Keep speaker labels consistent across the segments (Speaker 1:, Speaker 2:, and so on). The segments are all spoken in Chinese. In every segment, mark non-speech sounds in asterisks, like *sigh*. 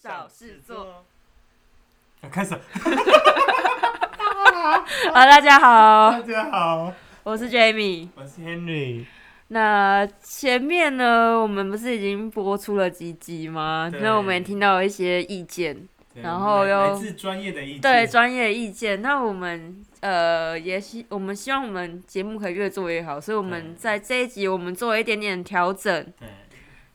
Speaker 1: 找事做。
Speaker 2: 啊开始，
Speaker 1: 好，大家好，
Speaker 2: 大家好，
Speaker 1: 我是 Jamie。
Speaker 2: 我是 Henry。
Speaker 1: 那前面呢，我们不是已经播出了几集吗？
Speaker 2: 对
Speaker 1: 那我们也听到了一些意见，
Speaker 2: 对
Speaker 1: 然后又
Speaker 2: 来来自专业的意见，
Speaker 1: 对专业意见。那我们呃，也希我们希望我们节目可以越做越好，所以我们
Speaker 2: 对
Speaker 1: 在这一集我们做了一点点调整。
Speaker 2: 对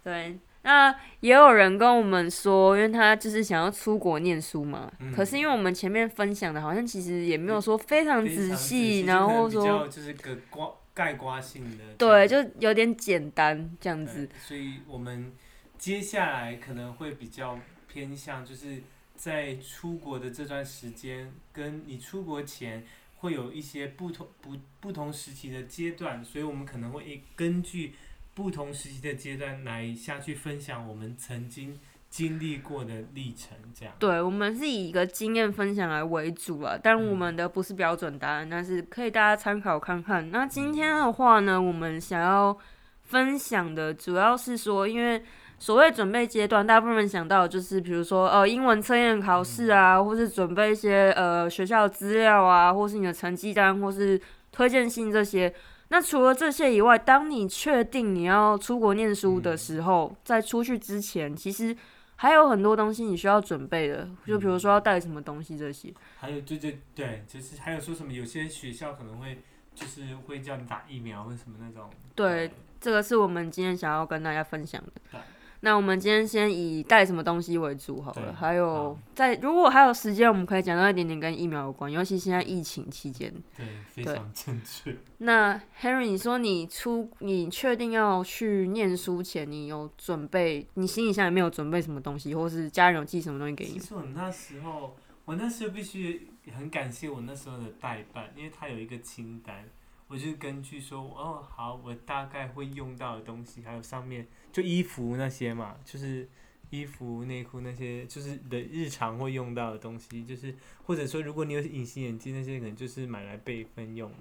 Speaker 1: 对，那也有人跟我们说，因为他就是想要出国念书嘛。
Speaker 2: 嗯
Speaker 1: 可是因为我们前面分享的，好像其实也没有说非常
Speaker 2: 非
Speaker 1: 仔
Speaker 2: 常
Speaker 1: 细，
Speaker 2: 就
Speaker 1: 然
Speaker 2: 可能
Speaker 1: 后
Speaker 2: 比
Speaker 1: 说
Speaker 2: 较就是个瓜概括性的，
Speaker 1: 对，就有点简单这样
Speaker 2: 对
Speaker 1: 子。
Speaker 2: 所以我们接下来可能会比较偏向，就是在出国的这段时间，跟你出国前会有一些不同不不同时期的阶段，所以我们可能会根据不同时期的阶段来下去分享我们曾经经历过的历程，这样。
Speaker 1: 对，我们是以一个经验分享来为主啊，但我们的不是标准答案，但是可以大家参考看看。那今天的话呢，我们想要分享的主要是说，因为所谓准备阶段，大部分人想到的就是比如说呃英文测验考试啊，或是准备一些呃学校资料啊，或是你的成绩单，或是推荐信这些。那除了这些以外，当你确定你要出国念书的时候，在出去之前，其实还有很多东西你需要准备的，就比如
Speaker 2: 嗯
Speaker 1: 说要带什么东西这些。
Speaker 2: 还有对对对，就是还有说什么，有些学校可能会就是会叫你打疫苗或什么那种。
Speaker 1: 对，这个是我们今天想要跟大家分享的
Speaker 2: 对。
Speaker 1: 那我们今天先以带什么东西为主好
Speaker 2: 对
Speaker 1: 了，还有
Speaker 2: 好
Speaker 1: 在如果还有时间，我们可以讲到一点点跟疫苗有关，尤其现在疫情期间。
Speaker 2: 对，非
Speaker 1: 对
Speaker 2: 常正确。
Speaker 1: 那 Henry，你说你出你确定要去念书前，你有准备，你行李箱里面有准备什么东西，或是家人有寄什么东西给你
Speaker 2: 其
Speaker 1: 吗？
Speaker 2: 实我那时候，我那时候必须很感谢我那时候的代办，因为他有一个清单，我就根据说，哦，好，我大概会用到的东西，还有上面就衣服那些嘛，就是衣服、内裤那些，就是的日常会用到的东西，就是或者说，如果你有隐形眼镜那些，可能就是买来备份用。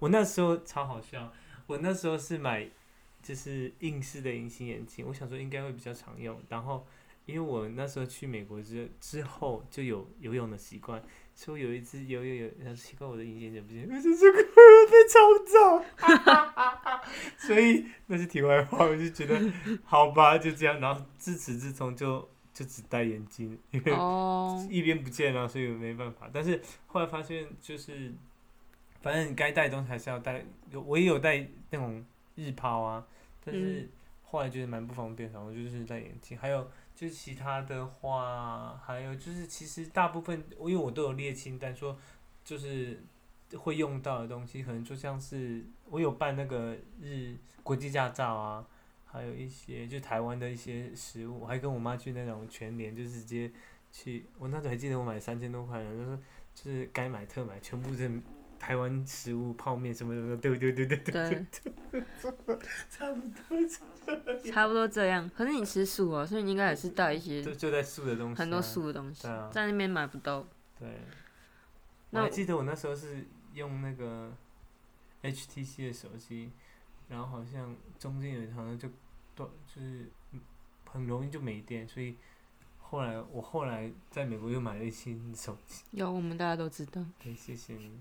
Speaker 2: 我那时候超好笑，我那时候是买就是硬式的隐形眼镜，我想说应该会比较常用，然后。因为我那时候去美国之之后就有游泳的习惯，所以我有一次游游游，然后奇怪我的隐形眼镜不见了， *laughs* 我就这个被冲走， *laughs* 所以那是题外话，我就觉得好吧，就这样，然后自此自从就就只戴眼镜，因为
Speaker 1: 哦，
Speaker 2: 一边不见了，所以没办法。但是后来发现，就是反正该带的东西还是要带，有我也有带那种日抛啊，但是后来觉得蛮不方便，然后就是戴眼镜。还有就是其他的话，还有就是其实大部分，因为我都有列清单说，就是会用到的东西，可能就像是我有办那个日国际驾照啊。还有一些就台湾的一些食物，我还跟我妈去那种全联，就是直接去，我那时候还记得我买三千多块，然后就是就是该买特买，全部是台湾食物、泡面什么什么，对对对对对，
Speaker 1: 对，
Speaker 2: *laughs* 差不多
Speaker 1: 差不多这样。可是你吃素啊，所以你应该也是带一些
Speaker 2: 就就在素的东西、
Speaker 1: 很多，素的东西，
Speaker 2: 对啊
Speaker 1: 在那边买不到。
Speaker 2: 对。我
Speaker 1: 那
Speaker 2: 还记得我那时候是用那个 HTC 的手机，然后好像中间有一好像就断，就是很容易就没电，所以后来我后来在美国又买了一新手机。
Speaker 1: 有，我们大家都知道。
Speaker 2: 对，谢谢你。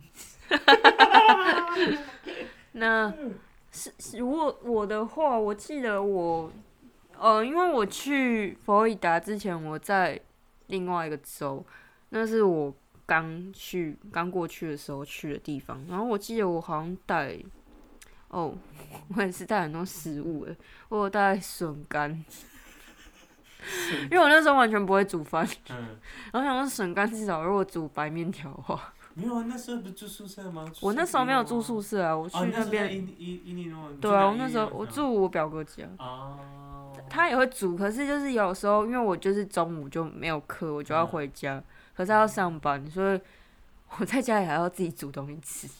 Speaker 1: 那是是如果我的话，我记得我，呃，因为我去佛罗里达之前，我在另外一个州，那是我刚去刚过去的时候去的地方。然后我记得我好像带，哦， *laughs* 我也是带很多食物诶，我有带笋干，因为我那时候完全不会煮饭，
Speaker 2: 嗯，
Speaker 1: 然后想说笋干至少如果煮白面条的话，
Speaker 2: 没有啊，那时候不是住宿舍吗？
Speaker 1: 我那时候没有住宿
Speaker 2: 舍。
Speaker 1: 舍啊，我去
Speaker 2: 哦，你那时候在
Speaker 1: 边。
Speaker 2: 伊伊伊利诺。你
Speaker 1: 对
Speaker 2: 住
Speaker 1: 啊，
Speaker 2: 哪
Speaker 1: 我那时候
Speaker 2: 伊利诺
Speaker 1: 我
Speaker 2: 啊。
Speaker 1: 住我表哥家，
Speaker 2: 哦。
Speaker 1: 他也会煮，可是就是有时候因为我就是中午就没有课，我就
Speaker 2: 嗯
Speaker 1: 要回家，可是要上班，所以我在家里还要自己煮东西吃，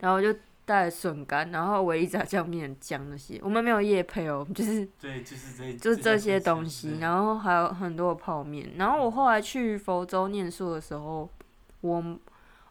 Speaker 1: 然后我就带笋干，然后唯一炸酱面酱那些，我们没有夜配哦，就是
Speaker 2: 对，就是这
Speaker 1: 就是这些东西，
Speaker 2: 后
Speaker 1: 然后还有很多的泡面，然后我后来去佛州念书的时候，我。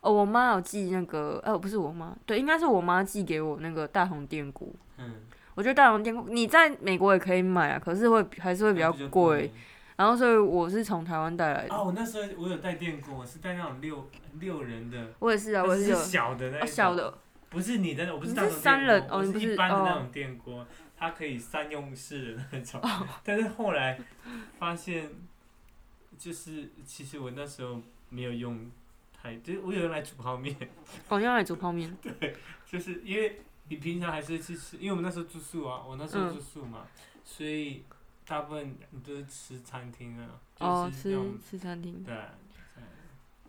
Speaker 1: 哦，我妈有寄那个，哦，不是我妈，对，应该是我妈寄给我那个大红电锅，
Speaker 2: 嗯，
Speaker 1: 我觉得大龙电锅你在美国也可以买啊，可是会还是会比较
Speaker 2: 那不就
Speaker 1: 贵。。然后所以我是从台湾带来的。
Speaker 2: 哦，我那时候我有带电锅，我是带那种六六人的，
Speaker 1: 我也是啊，我
Speaker 2: 但
Speaker 1: 也
Speaker 2: 是
Speaker 1: 是有
Speaker 2: 是小的那一
Speaker 1: 哦
Speaker 2: 种
Speaker 1: 小，的，
Speaker 2: 不是你的，我不是
Speaker 1: 你
Speaker 2: 那种
Speaker 1: 是三
Speaker 2: 电
Speaker 1: 人
Speaker 2: 锅
Speaker 1: 哦
Speaker 2: 我
Speaker 1: 你不
Speaker 2: 是
Speaker 1: 是
Speaker 2: 一般的那
Speaker 1: 哦
Speaker 2: 种电锅，它可以三用式的那种。
Speaker 1: 哦
Speaker 2: 但是后来发现，就是其实我那时候没有用太，就是我有用来煮泡面， *laughs*
Speaker 1: 哦，用来煮泡面。
Speaker 2: 就是因为你平常还是去吃，因为我们那时候住宿啊，我那时候
Speaker 1: 嗯
Speaker 2: 住宿嘛，所以大部分都是吃餐厅啊，
Speaker 1: 哦
Speaker 2: 就，是那
Speaker 1: 吃
Speaker 2: 种
Speaker 1: 吃餐厅。
Speaker 2: 对啊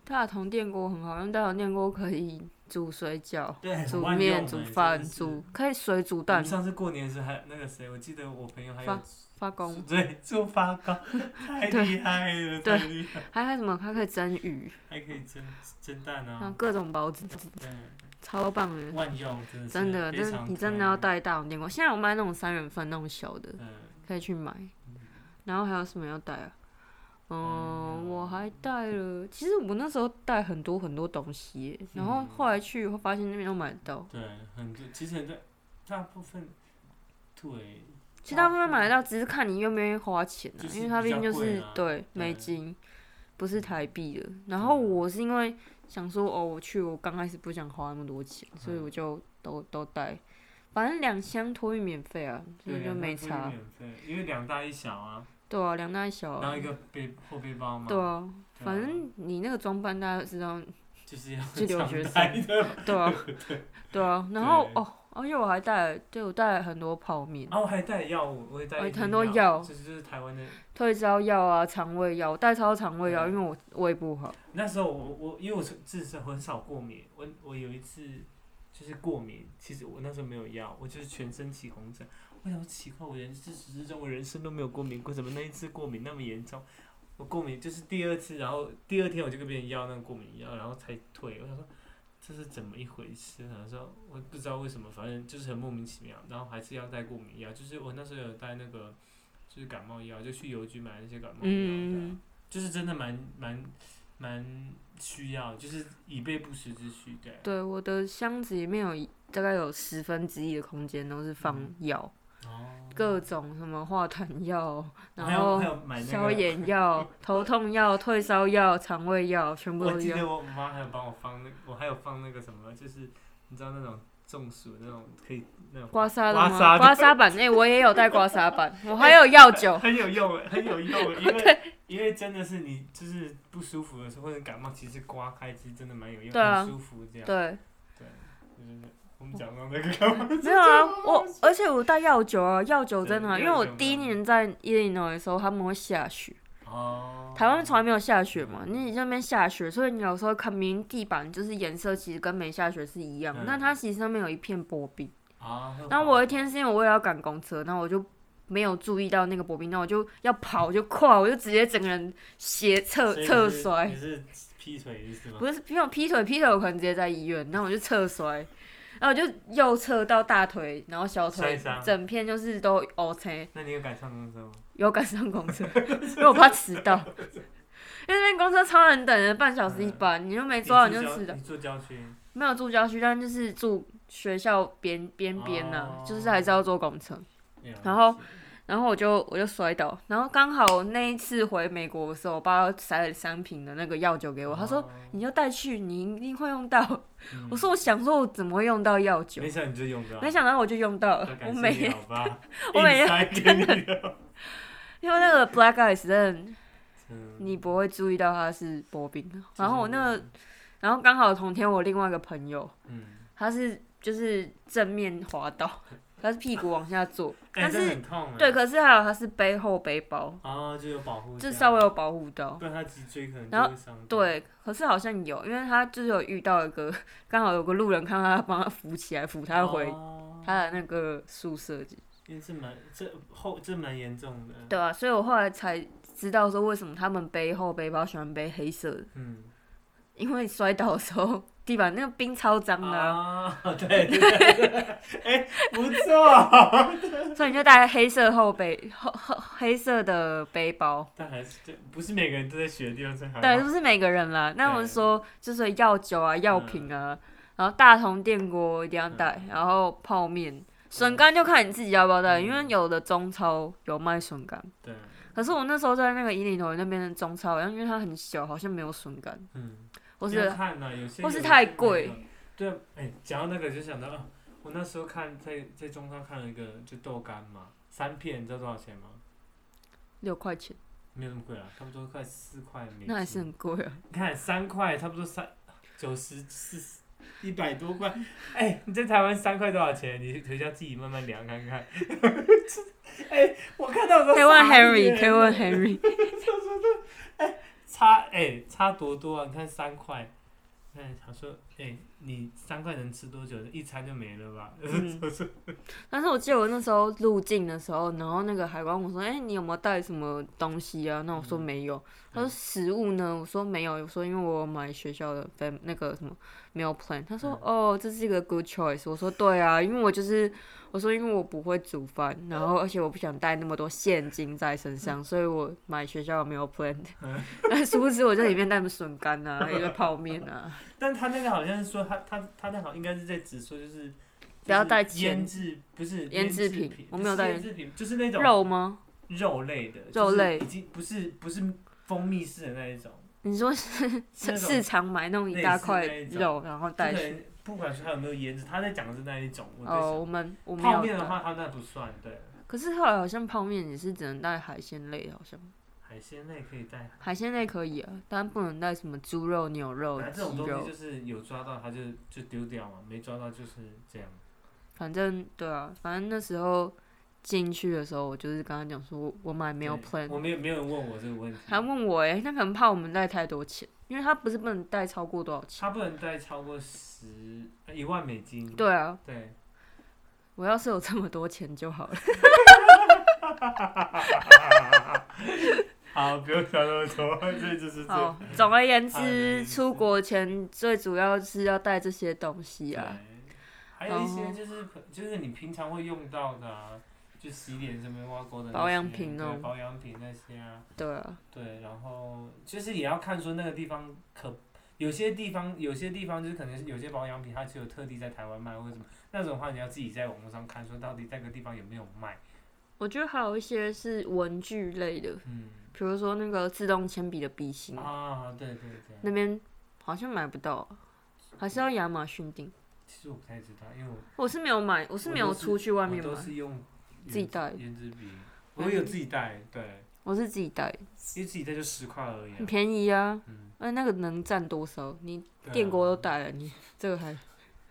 Speaker 1: 大同电锅很好用，大同电锅可以煮水饺、
Speaker 2: 对，很
Speaker 1: 煮
Speaker 2: 万
Speaker 1: 面、
Speaker 2: 用
Speaker 1: 煮
Speaker 2: 欸
Speaker 1: 饭、。
Speaker 2: 真的
Speaker 1: 煮
Speaker 2: 是
Speaker 1: 可以水煮
Speaker 2: 我
Speaker 1: 蛋
Speaker 2: 们、上次过年的时候还那个谁，我记得我朋友还有
Speaker 1: 发发功，
Speaker 2: 对做发糕，
Speaker 1: *laughs*
Speaker 2: 太
Speaker 1: 对
Speaker 2: 厉害了，
Speaker 1: 对
Speaker 2: 太厉害，
Speaker 1: 还有什么？还可以蒸鱼，
Speaker 2: 还可以蒸蒸蛋
Speaker 1: 然后
Speaker 2: 啊，
Speaker 1: 各种包子，
Speaker 2: 对，
Speaker 1: 超棒的。
Speaker 2: 万用真的是
Speaker 1: 真的，
Speaker 2: 非
Speaker 1: 真的，
Speaker 2: 常
Speaker 1: 你真的
Speaker 2: 推
Speaker 1: 要带大同电锅。现在有卖那种三人份那种小的，
Speaker 2: 嗯
Speaker 1: 可以去买。然后还有什么要带啊？嗯，我还带了，其实我那时候带很多很多东西耶，然后
Speaker 2: 嗯
Speaker 1: 后来去会发现那边都买得到，
Speaker 2: 对很多，其实很多大部分对
Speaker 1: 其实大部分买得到，只是看你愿不愿意花钱啊
Speaker 2: 就，是
Speaker 1: 因为它毕竟就
Speaker 2: 比较
Speaker 1: 是
Speaker 2: 贵啊嗯
Speaker 1: 对美金，不是台币的。然
Speaker 2: 啊
Speaker 1: 后我是因为想说，哦，我去，我刚开始不想花那么多钱，所
Speaker 2: 嗯
Speaker 1: 以我就都都带，反正两箱托运免费啊，所
Speaker 2: 对
Speaker 1: 以就
Speaker 2: 两
Speaker 1: 没
Speaker 2: 大都是
Speaker 1: 差。
Speaker 2: 免费，因为两大一小啊，
Speaker 1: 对啊，两大一小啊
Speaker 2: 然后一，个背后背包嘛，
Speaker 1: 对啊，
Speaker 2: 对啊
Speaker 1: 反正你那个装扮大家都知道，
Speaker 2: 就是要
Speaker 1: 就留学
Speaker 2: 常带的。 *laughs*
Speaker 1: 对啊，对啊，然后哦，而且我还带了，对我带了很多泡面，
Speaker 2: 啊然后我还带药物，我也带
Speaker 1: 哎
Speaker 2: 一堆
Speaker 1: 很多药
Speaker 2: 就是就是台湾的
Speaker 1: 退烧药啊、肠胃药，我带超多肠胃
Speaker 2: 嗯
Speaker 1: 药，因为我胃不好。
Speaker 2: 那时候我我因为我是自身很少过敏，我我有一次就是过敏，其实我那时候没有药，我就是全身起红疹。我想说奇怪，我人自始至终我人生都没有过敏过，怎么那一次过敏那么严重？我过敏就是第二次，然后第二天我就跟别人要那个过敏药，然后才退。我想说这是怎么一回事？然后说我不知道为什么，反正就是很莫名其妙。然后还是要带过敏药，就是我那时候有带那个就是感冒药，就去邮局买那些感冒药的啊。
Speaker 1: 嗯，
Speaker 2: 就是真的蛮蛮蛮需要，就是以备不时之需，对。
Speaker 1: 对，我的箱子里面有一大概有十分之一的空间都是放药，
Speaker 2: 嗯哦。
Speaker 1: 各种什么化痰药，
Speaker 2: 还
Speaker 1: 然
Speaker 2: 有
Speaker 1: 后
Speaker 2: 还有买那
Speaker 1: 消
Speaker 2: 个，
Speaker 1: 炎药、头痛药、退烧药、肠胃药，全部
Speaker 2: *laughs* 我
Speaker 1: 都
Speaker 2: 记
Speaker 1: 有。
Speaker 2: 得我妈还有帮我放那，我还有放那个什么，就是你知道那种中暑那种可以那种，
Speaker 1: 刮痧的
Speaker 2: 刮痧
Speaker 1: 吗？
Speaker 2: 的
Speaker 1: 刮痧板，哎、我也有带刮痧板，我还有药酒。
Speaker 2: *laughs* 很有用欸，很有用
Speaker 1: *laughs*
Speaker 2: 欸，因为因为真的是你就是不舒服的时候或者感冒，其实刮开其实真的蛮有用，
Speaker 1: 对啊
Speaker 2: 很舒服这样。
Speaker 1: 对，
Speaker 2: 对，就是我们讲到那个，
Speaker 1: 没有啊，我而且我带药酒啊，药酒真的啊、
Speaker 2: 对
Speaker 1: 因为我
Speaker 2: 药酒
Speaker 1: 第一
Speaker 2: 嘛
Speaker 1: 年在伊利诺的时候，他们会下雪，
Speaker 2: 哦，
Speaker 1: 台湾从来没有下雪嘛，你那边下雪，所以你有时候看明明地板就是颜色其实跟没下雪是一样的，
Speaker 2: 嗯
Speaker 1: 那它其实上面有一片薄冰。
Speaker 2: 啊，会
Speaker 1: 然后
Speaker 2: 滑
Speaker 1: 我有一天是因为我也要赶公车，然后我就没有注意到那个薄冰，那我就要跑，我就跨，我就直接整个人斜侧
Speaker 2: 所以你
Speaker 1: 侧
Speaker 2: 是
Speaker 1: 摔
Speaker 2: 你，是劈腿的意思吗？
Speaker 1: 哎不是因为我劈腿，劈腿我可能直接在医院，然后我就侧摔，然后我就右侧到大腿，然后小
Speaker 2: 摔
Speaker 1: 腿
Speaker 2: 伤
Speaker 1: 整片就是都 OK。
Speaker 2: 那你有赶上公车吗？
Speaker 1: 有赶上公车， *laughs* 因为我怕迟
Speaker 2: *laughs*
Speaker 1: 到。因为那边公车超难等的，半小时一班，你又没抓到你就迟到
Speaker 2: 你。住郊区，
Speaker 1: 没有住郊区，但就是住学校边边边呐
Speaker 2: 哦，
Speaker 1: 就是还是要坐公车。
Speaker 2: 没有
Speaker 1: 然后然后我就我就摔倒，然后刚好我那一次回美国的时候，我爸塞了三瓶的那个药酒给我，他说
Speaker 2: 哦
Speaker 1: 你就带去，你一定会用到。
Speaker 2: 嗯
Speaker 1: 我说我想说我怎么会用到药酒
Speaker 2: 没，想你就用到，
Speaker 1: 没想到我就用到了
Speaker 2: 那。感
Speaker 1: 我
Speaker 2: 谢
Speaker 1: 每
Speaker 2: 你啊
Speaker 1: 天
Speaker 2: 好吧
Speaker 1: 我每
Speaker 2: 硬塞给你的，
Speaker 1: *laughs* 因为那个 black eyes 真的
Speaker 2: 嗯
Speaker 1: *laughs* 你不会注意到它是薄冰的。然后我那个
Speaker 2: 就是
Speaker 1: 然后刚好同天我另外一个朋友，
Speaker 2: 嗯，
Speaker 1: 他是就是正面滑倒，他是屁股往下
Speaker 2: *laughs*
Speaker 1: 坐，
Speaker 2: 哎
Speaker 1: 但
Speaker 2: 这
Speaker 1: 是
Speaker 2: 很痛哎，
Speaker 1: 对，可是还有他是背后背包，
Speaker 2: 啊就有保护，
Speaker 1: 这稍微，有保护到。
Speaker 2: 不然他脊椎可能
Speaker 1: 然后
Speaker 2: 就会伤，，
Speaker 1: 对，可是好像有，因为他就是有遇到一个， *laughs* 刚好有个路人看到他帮他扶起来，扶他回
Speaker 2: 哦，
Speaker 1: 他的那个宿舍去。
Speaker 2: 因为这蛮这后这蛮严重的，
Speaker 1: 对啊，所以我后来才知道说为什么他们背后背包喜欢背黑色的，
Speaker 2: 嗯，
Speaker 1: 因为摔倒的时候地板那个冰超脏的啊、
Speaker 2: 啊，对对，对哎，不
Speaker 1: *laughs*
Speaker 2: 错，
Speaker 1: 所以你就带黑色后背后后黑色的背包。
Speaker 2: 但还是对不是每个人都在学的地方最好，
Speaker 1: 对，，不是每个人啦。那我
Speaker 2: 啊对
Speaker 1: 们说，就是药酒啊、药品啊，然后大同电锅一定要带，然后泡面、笋干就看你自己要不要带，因为有的中超有卖笋干，
Speaker 2: 对，
Speaker 1: 可是我那时候在那个伊犁头那边的中超，然后因为它很小，好像没有笋干，
Speaker 2: 嗯，
Speaker 1: 或
Speaker 2: 要
Speaker 1: 是
Speaker 2: 看呢、有些
Speaker 1: 或是
Speaker 2: 有些
Speaker 1: 太
Speaker 2: 没有
Speaker 1: 贵。
Speaker 2: 对，哎，讲到那个就想到，啊我那时候看在在中超看了一个就豆干嘛，三片，你知道多少钱吗？
Speaker 1: 六块钱，
Speaker 2: 没有那么贵啊，差不多快四块美金。
Speaker 1: 那还是很贵啊。
Speaker 2: 你看三块，差不多三九十四十一百多块。 *laughs* 哎、你在台湾三块多少钱？你回家自己慢慢量看看。 *laughs* 哎、我看到我都
Speaker 1: *laughs* 可以问
Speaker 2: 傻眼
Speaker 1: Henry，可以问
Speaker 2: *laughs*
Speaker 1: Henry，
Speaker 2: 差哎、差多多啊！你看三块，哎，想说哎、你三块能吃多久？一餐就没了吧？ *laughs*
Speaker 1: 嗯但是我记得我那时候入境的时候，然后那个海关问我说：“哎、你有没有带什么东西啊？”那我
Speaker 2: 嗯
Speaker 1: 说没有。他说：“食物呢？”我说没有。我说因为我有买学校的 fam 那个什么 meal plan。他说：“
Speaker 2: 嗯
Speaker 1: 哦，这是一个 good choice。”我说：“对啊，因为我就是我说因为我不会煮饭，然后而且我不想带那么多现金在身
Speaker 2: *laughs*
Speaker 1: 上，所以我买学校的 meal plan。但 *laughs*
Speaker 2: 嗯
Speaker 1: 殊不知我在里面带了笋干啊，一个泡面啊。
Speaker 2: 但他那个好像是说他他他那好像应该是在指说就是。
Speaker 1: 不要
Speaker 2: 就是
Speaker 1: 带钱
Speaker 2: 腌制，不是
Speaker 1: 腌制品
Speaker 2: 品，
Speaker 1: 我
Speaker 2: 不
Speaker 1: 没有
Speaker 2: 是
Speaker 1: 带
Speaker 2: 腌制品，就是 *laughs* 那种
Speaker 1: 肉吗？
Speaker 2: 肉类的，
Speaker 1: 肉类
Speaker 2: 就是已经不是不是蜂蜜式的那一种，
Speaker 1: 你说是
Speaker 2: 是 *laughs* 那种
Speaker 1: 市场买那种一大块
Speaker 2: 类似那一
Speaker 1: 肉，然后带
Speaker 2: 就
Speaker 1: 去
Speaker 2: 可？能不管是它有没有腌制，他在讲的是那一种。我在想
Speaker 1: 哦，我们我没
Speaker 2: 泡
Speaker 1: 有
Speaker 2: 面的
Speaker 1: 带
Speaker 2: 话，它那不算，对，
Speaker 1: 可是后来好像泡面也是只能带海鲜类的，好像
Speaker 2: 海鲜类可以带。
Speaker 1: 海鲜类可以啊，但不能带什么猪肉、牛肉、
Speaker 2: 啊哎反正这种
Speaker 1: 鸡
Speaker 2: 东西
Speaker 1: 肉
Speaker 2: 就，是有抓到它就就丢掉嘛，没抓到就是这样。
Speaker 1: 反正对啊，反正那时候进去的时候，我就是跟他讲说我买没有
Speaker 2: 对
Speaker 1: plan，
Speaker 2: 我没有没有人问我这个问题。
Speaker 1: 还问我诶、欸，他可能怕我们带太多钱，因为他不是不能带超过多少钱。
Speaker 2: 他不能带超过十呃一万美金。
Speaker 1: 对啊，
Speaker 2: 对，
Speaker 1: 我要是有这么多钱就好了。
Speaker 2: 好，不用想那么多， *laughs* 这就是这
Speaker 1: 好，总而言
Speaker 2: *laughs* 好总而言
Speaker 1: 之，
Speaker 2: 之
Speaker 1: 出国前最主要是要带这些东西啊。
Speaker 2: 对，还有一些就是就是你平常会用到的、啊，就洗脸上面挖沟的那些
Speaker 1: 保养品哦
Speaker 2: 对保养品那些啊，
Speaker 1: 对啊，
Speaker 2: 对，然后就是也要看说那个地方可。有些地方，有些地方就是可能有些保养品，它只有特地在台湾卖或者什么，那种的话你要自己在网络上看，说到底那个地方有没有卖。
Speaker 1: 我觉得还有一些是文具类的，
Speaker 2: 嗯，
Speaker 1: 比如说那个自动铅笔的笔芯，
Speaker 2: 啊，对对对，
Speaker 1: 那边好像买不到，还是要亚马逊订。
Speaker 2: 其实我不太知道，因为我
Speaker 1: 我是没有买，我是没有出去外
Speaker 2: 我
Speaker 1: 面
Speaker 2: 都
Speaker 1: 买，
Speaker 2: 是用
Speaker 1: 自己带嗯
Speaker 2: 胭脂笔，我有自己带，对，
Speaker 1: 我是自己带，
Speaker 2: 因为自己带就十块而已、
Speaker 1: 很
Speaker 2: 啊。
Speaker 1: 便宜啊。
Speaker 2: 嗯，
Speaker 1: 那那个能占多少？你
Speaker 2: 对啊啊
Speaker 1: 电锅都带了，你这个还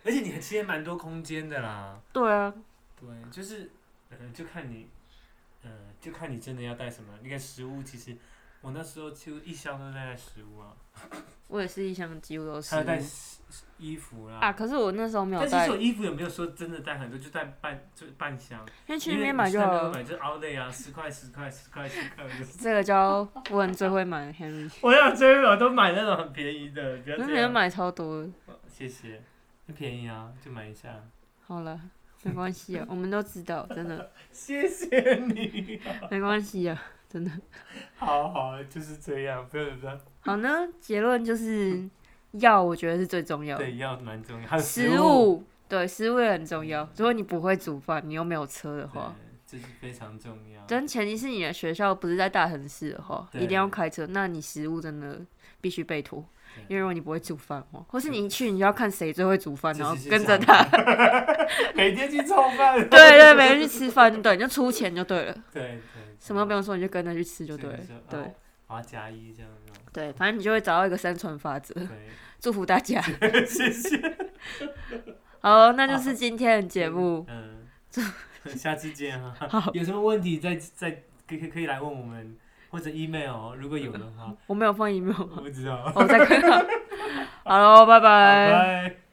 Speaker 2: 而且你还切蛮多空间的啦。
Speaker 1: 对啊，
Speaker 2: 对，就是，呃，就看你，呃，就看你真的要带什么。那个食物其实，我那时候几乎一箱都在带食物啊，
Speaker 1: 我也是一箱几乎都是
Speaker 2: 还有带食衣服啦。
Speaker 1: 啊。可是我那时候没有
Speaker 2: 但其
Speaker 1: 带
Speaker 2: 实，我衣服也没有说真的带很多，就带半就半箱。
Speaker 1: 因为去
Speaker 2: 因
Speaker 1: 那
Speaker 2: 为
Speaker 1: 边
Speaker 2: 你
Speaker 1: 买
Speaker 2: 去
Speaker 1: 就
Speaker 2: 那
Speaker 1: 好
Speaker 2: 边
Speaker 1: 了。
Speaker 2: 买就 outlet 啊，十块十块十块十块。就是
Speaker 1: 这个叫问最会买的 Henry，
Speaker 2: *laughs* 我要追我都买那种很便宜的，不要
Speaker 1: 我那
Speaker 2: 这
Speaker 1: 边
Speaker 2: 样。
Speaker 1: 买超多的。
Speaker 2: 哦谢谢，便宜啊，就买一下。
Speaker 1: 好了，没关系
Speaker 2: *laughs*
Speaker 1: 啊，我们都知道，真的
Speaker 2: 谢谢你。 *laughs*
Speaker 1: 没关系啊，真的。
Speaker 2: 好好，就是这样，不要不要，
Speaker 1: 好呢，结论就是药，我觉得是最重要的。
Speaker 2: 对，要蛮重要。还有
Speaker 1: 食
Speaker 2: 物，
Speaker 1: 物，对，食物也很重要。如果你不会煮饭，你又没有车的
Speaker 2: 对
Speaker 1: 话，，
Speaker 2: 这是非常重要。
Speaker 1: 但前提是你的学校不是在大城市的话，
Speaker 2: 对
Speaker 1: 一定要开车。那你食物真的必须备妥，
Speaker 2: 对
Speaker 1: 因为如果你不会煮饭的话，或是你一去你就要看谁最会煮饭，
Speaker 2: 是
Speaker 1: 然后
Speaker 2: 是是
Speaker 1: 跟着
Speaker 2: 这样
Speaker 1: 他。
Speaker 2: 每天去蹭饭。
Speaker 1: *laughs* 对对，每人去吃饭，对，你就出钱就对了，
Speaker 2: 对对，
Speaker 1: 什么都不用说，你就跟着去吃就对了
Speaker 2: 是。是
Speaker 1: 对
Speaker 2: 哦我要加一这样
Speaker 1: *laughs*
Speaker 2: 子。
Speaker 1: 对，反正你就会找到一个生存法则。
Speaker 2: 对，
Speaker 1: *laughs* 祝福大家。
Speaker 2: 谢谢。
Speaker 1: *laughs* 好，那就是今天的节目。
Speaker 2: 嗯，下次见
Speaker 1: *laughs*
Speaker 2: 哈。有什么问题再再可以可以来问我们，或者 email 哦如
Speaker 1: *laughs*
Speaker 2: 果有的话，
Speaker 1: 哦我没有放 email，
Speaker 2: 我不知道。
Speaker 1: *laughs* 我在看。好喽，拜
Speaker 2: 拜
Speaker 1: 拜。
Speaker 2: 拜。